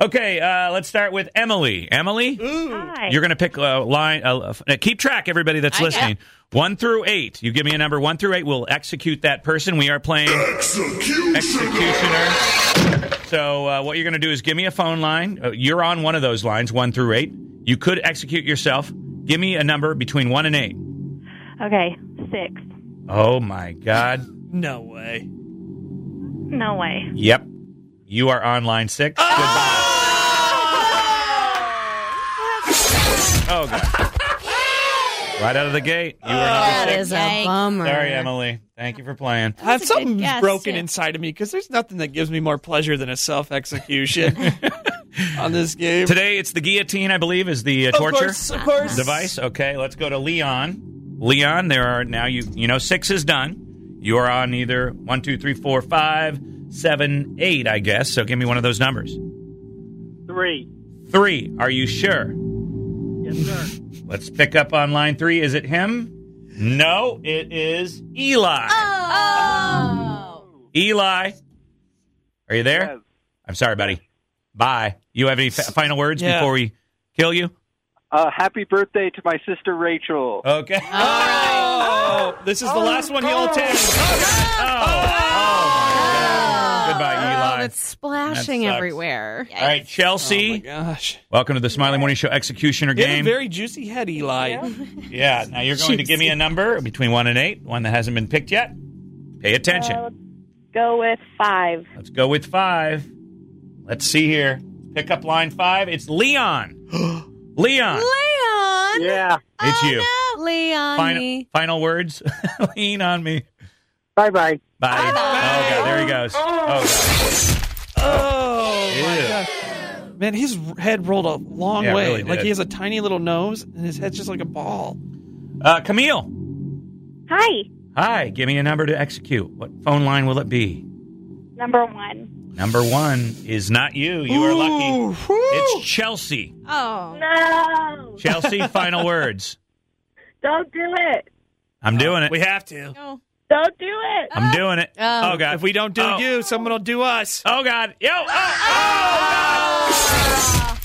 Okay, uh, let's start with Emily. Emily, Hi. you're going to pick uh, line. Uh, uh, keep track, everybody that's listening. One through eight. You give me a number one through eight. We'll execute that person. We are playing executioner. So uh, what you're going to do is give me a phone line. Uh, you're on one of those lines, one through eight. You could execute yourself. Give me a number between one and eight. okay, six. Oh my God. No way. No way. Yep. You are on line six. Ah! Goodbye. Oh, God. Right out of the gate. You were not. That is a Yikes. bummer. Sorry, Emily. Thank you for playing. I have a good something guess, broken too. inside of me because there's nothing that gives me more pleasure than a self execution on this game. Today, it's the guillotine, I believe, is the uh, of torture course, of course. device. Okay, let's go to Leon. Leon, there are now you you know six is done. You are on either one, two, three, four, five, seven, eight, I guess. So give me one of those numbers. Three. Three. Are you sure? Yes, sir. Let's pick up on line three. Is it him? No, it is Eli. Oh. Eli, are you there? Yes. I'm sorry, buddy. Bye. You have any fa- final words Yeah. before we kill you? Uh, happy birthday to my sister Rachel. Okay. Oh, this is the last one he'll take. Oh, oh, my God. Goodbye, Oh, Eli. it's splashing That sucks. everywhere. All right, Oh my Chelsea. gosh. welcome to the Smiley Morning Show Executioner You have a game. very juicy head, Eli. yeah. Now you're going to give me a number between one and eight, one that hasn't been picked yet. Pay attention. Uh, go with five. Let's go with five. Let's see here. Pick up line five. It's Leon. Leon, Leon. Oh, Yeah. it's you. Leon. Final, final words. Lean on me. Bye bye. Bye. Oh god, there he goes. Oh Oh, Ew. my gosh. Man, his r- head rolled a long Yeah, it way. really like did. he has a tiny little nose, and his head's just like a ball. god. Uh, Camille. Hi. Hi. Give me a number to execute. What phone line will it be? Number one. Number one is not you. You are lucky. Ooh, whew. It's Chelsea. Oh. No. Chelsea. final words. Don't do it. I'm doing it. we have to. No. Don't do it. I'm doing it. Oh. Oh, god. If we don't do Oh. you, someone will do us. Oh god. Yo. Oh, oh,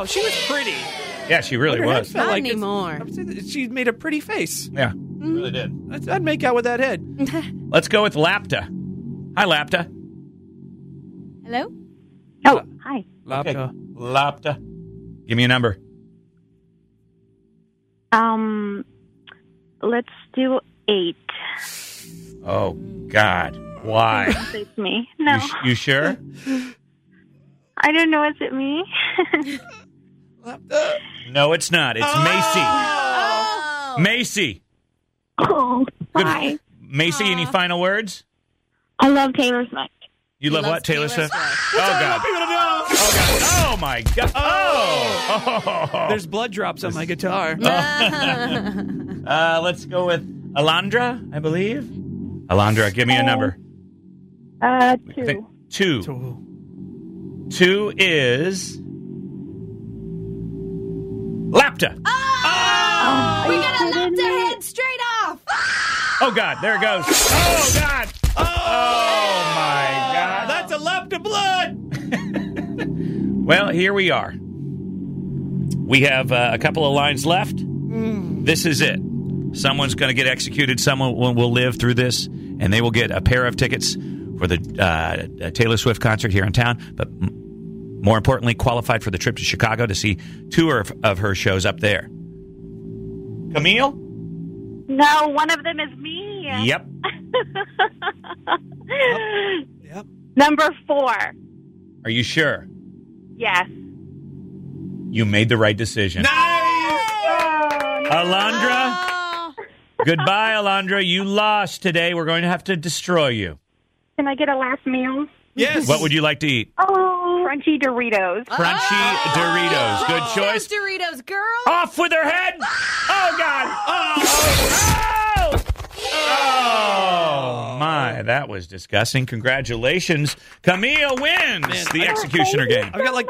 Oh, she was pretty. God. Yeah, she really Her head was. felt Not like it's- anymore. I would say that She made a pretty face. Yeah. Mm-hmm. Really did. I'd, I'd make out with that head. Let's go with Lapta. Hi, Lapta. Hello? Oh, hi. Okay. Lapta. Give me a number. Um, let's do eight. Oh, God. Why? It's me. No, You, sh- you sure? I don't know. Is it me? Oh. Uh, No, it's not. It's Macy. Macy. oh, Good- hi. Macy, any final words? I love Taylor Swift. You love loves what, Taylor, Taylor Swift? Swift. Oh, God. Oh, God. Oh, my God. Oh. There's blood drops on my guitar. Uh, let's go with Alondra, I believe. Alondra, give me a number. Uh, two. I think two. Two is. Lapta. We got to left her head straight off. Oh, God. There it goes. Oh, God. Oh, my God. That's a lump to blood. Well, here we are. We have uh, a couple of lines left. This is it. Someone's going to get executed. Someone will will live through this, and they will get a pair of tickets for the uh, uh, Taylor Swift concert here in town. But m- more importantly, qualified for the trip to Chicago to see two of, of her shows up there. Camille? No, one of them is me. Yep. Yep. Number four. Are you sure? Yes. You made the right decision. Alondra? Oh. Goodbye, Alondra. You lost today. We're going to have to destroy you. Can I get a last meal? Yes. What would you like to eat? Oh, crunchy Doritos. Crunchy Doritos. Good choice. Those Doritos, girl. Off with her head. Oh, God. Oh, oh, oh. Oh, my. That was disgusting. Congratulations. Camille wins the executioner game. I've got like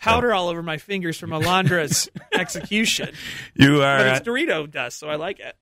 powder all over my fingers from Alondra's execution, You are. but uh, it's Dorito dust, so I like it.